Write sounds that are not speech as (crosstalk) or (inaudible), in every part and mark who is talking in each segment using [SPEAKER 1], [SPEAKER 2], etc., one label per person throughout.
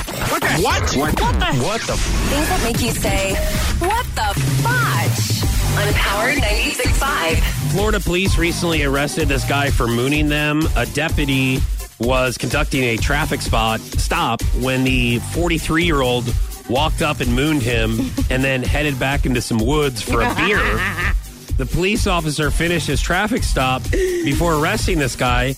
[SPEAKER 1] What? What? What the? What the?
[SPEAKER 2] Things that make you say, what the fudge? On Power 96.5.
[SPEAKER 3] Florida police recently arrested this guy for mooning them. A deputy was conducting a traffic spot stop when the 43 year old walked up and mooned him and then headed back into some woods for a beer. The police officer finished his traffic stop before arresting this guy.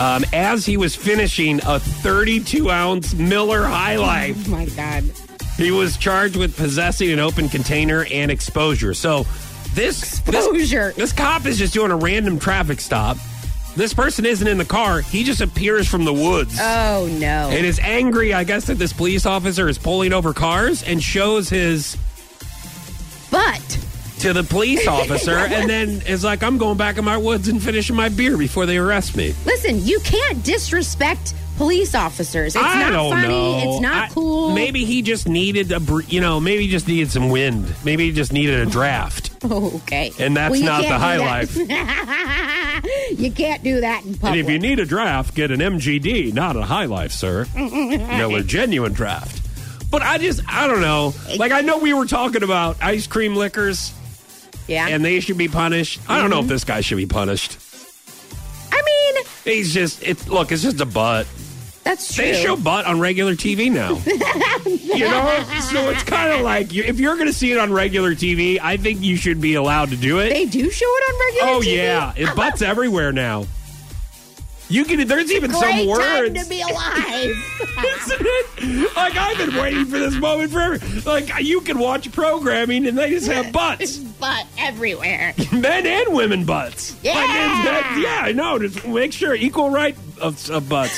[SPEAKER 3] Um, as he was finishing a 32 ounce Miller High Life.
[SPEAKER 4] Oh my God.
[SPEAKER 3] He was charged with possessing an open container and exposure. So this
[SPEAKER 4] Exposure.
[SPEAKER 3] This, this cop is just doing a random traffic stop. This person isn't in the car. He just appears from the woods
[SPEAKER 4] Oh no.
[SPEAKER 3] and is angry, I guess, that this police officer is pulling over cars and shows his
[SPEAKER 4] but
[SPEAKER 3] to the
[SPEAKER 4] (laughs)
[SPEAKER 3] police officer and then is like, I'm going back in my woods and finishing my beer before they arrest me.
[SPEAKER 4] listen, you can't disrespect police officers. It's
[SPEAKER 3] I
[SPEAKER 4] not
[SPEAKER 3] don't
[SPEAKER 4] funny.
[SPEAKER 3] know.
[SPEAKER 4] It's not
[SPEAKER 3] I-
[SPEAKER 4] cool.
[SPEAKER 3] Maybe he just needed a, br- you know, maybe he just needed some wind. Maybe he just needed a
[SPEAKER 4] (laughs)
[SPEAKER 3] draft.
[SPEAKER 4] (laughs) Okay.
[SPEAKER 3] And that's
[SPEAKER 4] Well, you
[SPEAKER 3] not the high
[SPEAKER 4] can't do that. (laughs) you can't do that in
[SPEAKER 3] And
[SPEAKER 4] public.
[SPEAKER 3] if you need a draft, get an MGD, not a High Life,
[SPEAKER 4] (laughs)
[SPEAKER 3] sir. Miller Genuine Draft. But I just, I don't know. Like, I know we were talking about ice cream liquors
[SPEAKER 4] yeah.
[SPEAKER 3] and they should be punished. I don't know if
[SPEAKER 4] Mm-hmm.
[SPEAKER 3] this guy should be punished.
[SPEAKER 4] I mean,
[SPEAKER 3] He's just, it's, look, it's just a butt.
[SPEAKER 4] that's true.
[SPEAKER 3] They show
[SPEAKER 4] (laughs)
[SPEAKER 3] butt on regular TV now. you know? So it's kind of like, you- if you're going to see it on regular TV, I think you should be allowed to do it.
[SPEAKER 4] They do show it on regular
[SPEAKER 3] oh,
[SPEAKER 4] TV?
[SPEAKER 3] yeah. It butts everywhere now. You can, there's even some
[SPEAKER 4] Great
[SPEAKER 3] words.
[SPEAKER 4] time to be alive.
[SPEAKER 3] (laughs)
[SPEAKER 4] (laughs)
[SPEAKER 3] Isn't it? Like I've been waiting for this moment forever. Like you can watch programming and they just
[SPEAKER 4] (laughs)
[SPEAKER 3] have butts,
[SPEAKER 4] but everywhere.
[SPEAKER 3] men and women butts. Like,
[SPEAKER 4] Yeah.
[SPEAKER 3] it's- that- yeah, I know. Just make sure equal right of, of
[SPEAKER 4] (laughs)
[SPEAKER 3] butts.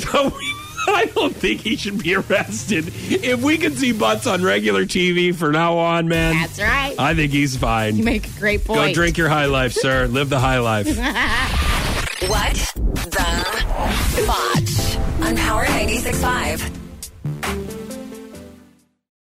[SPEAKER 3] so (laughs) I don't think he should be arrested. If we can see butts on regular TV for now on, man,
[SPEAKER 4] That's right.
[SPEAKER 3] I think he's
[SPEAKER 4] You
[SPEAKER 3] fine.
[SPEAKER 4] make a great point.
[SPEAKER 3] Uh, Go drink your high life, sir. Live the high life.
[SPEAKER 2] What the fudge? On Power 96.5.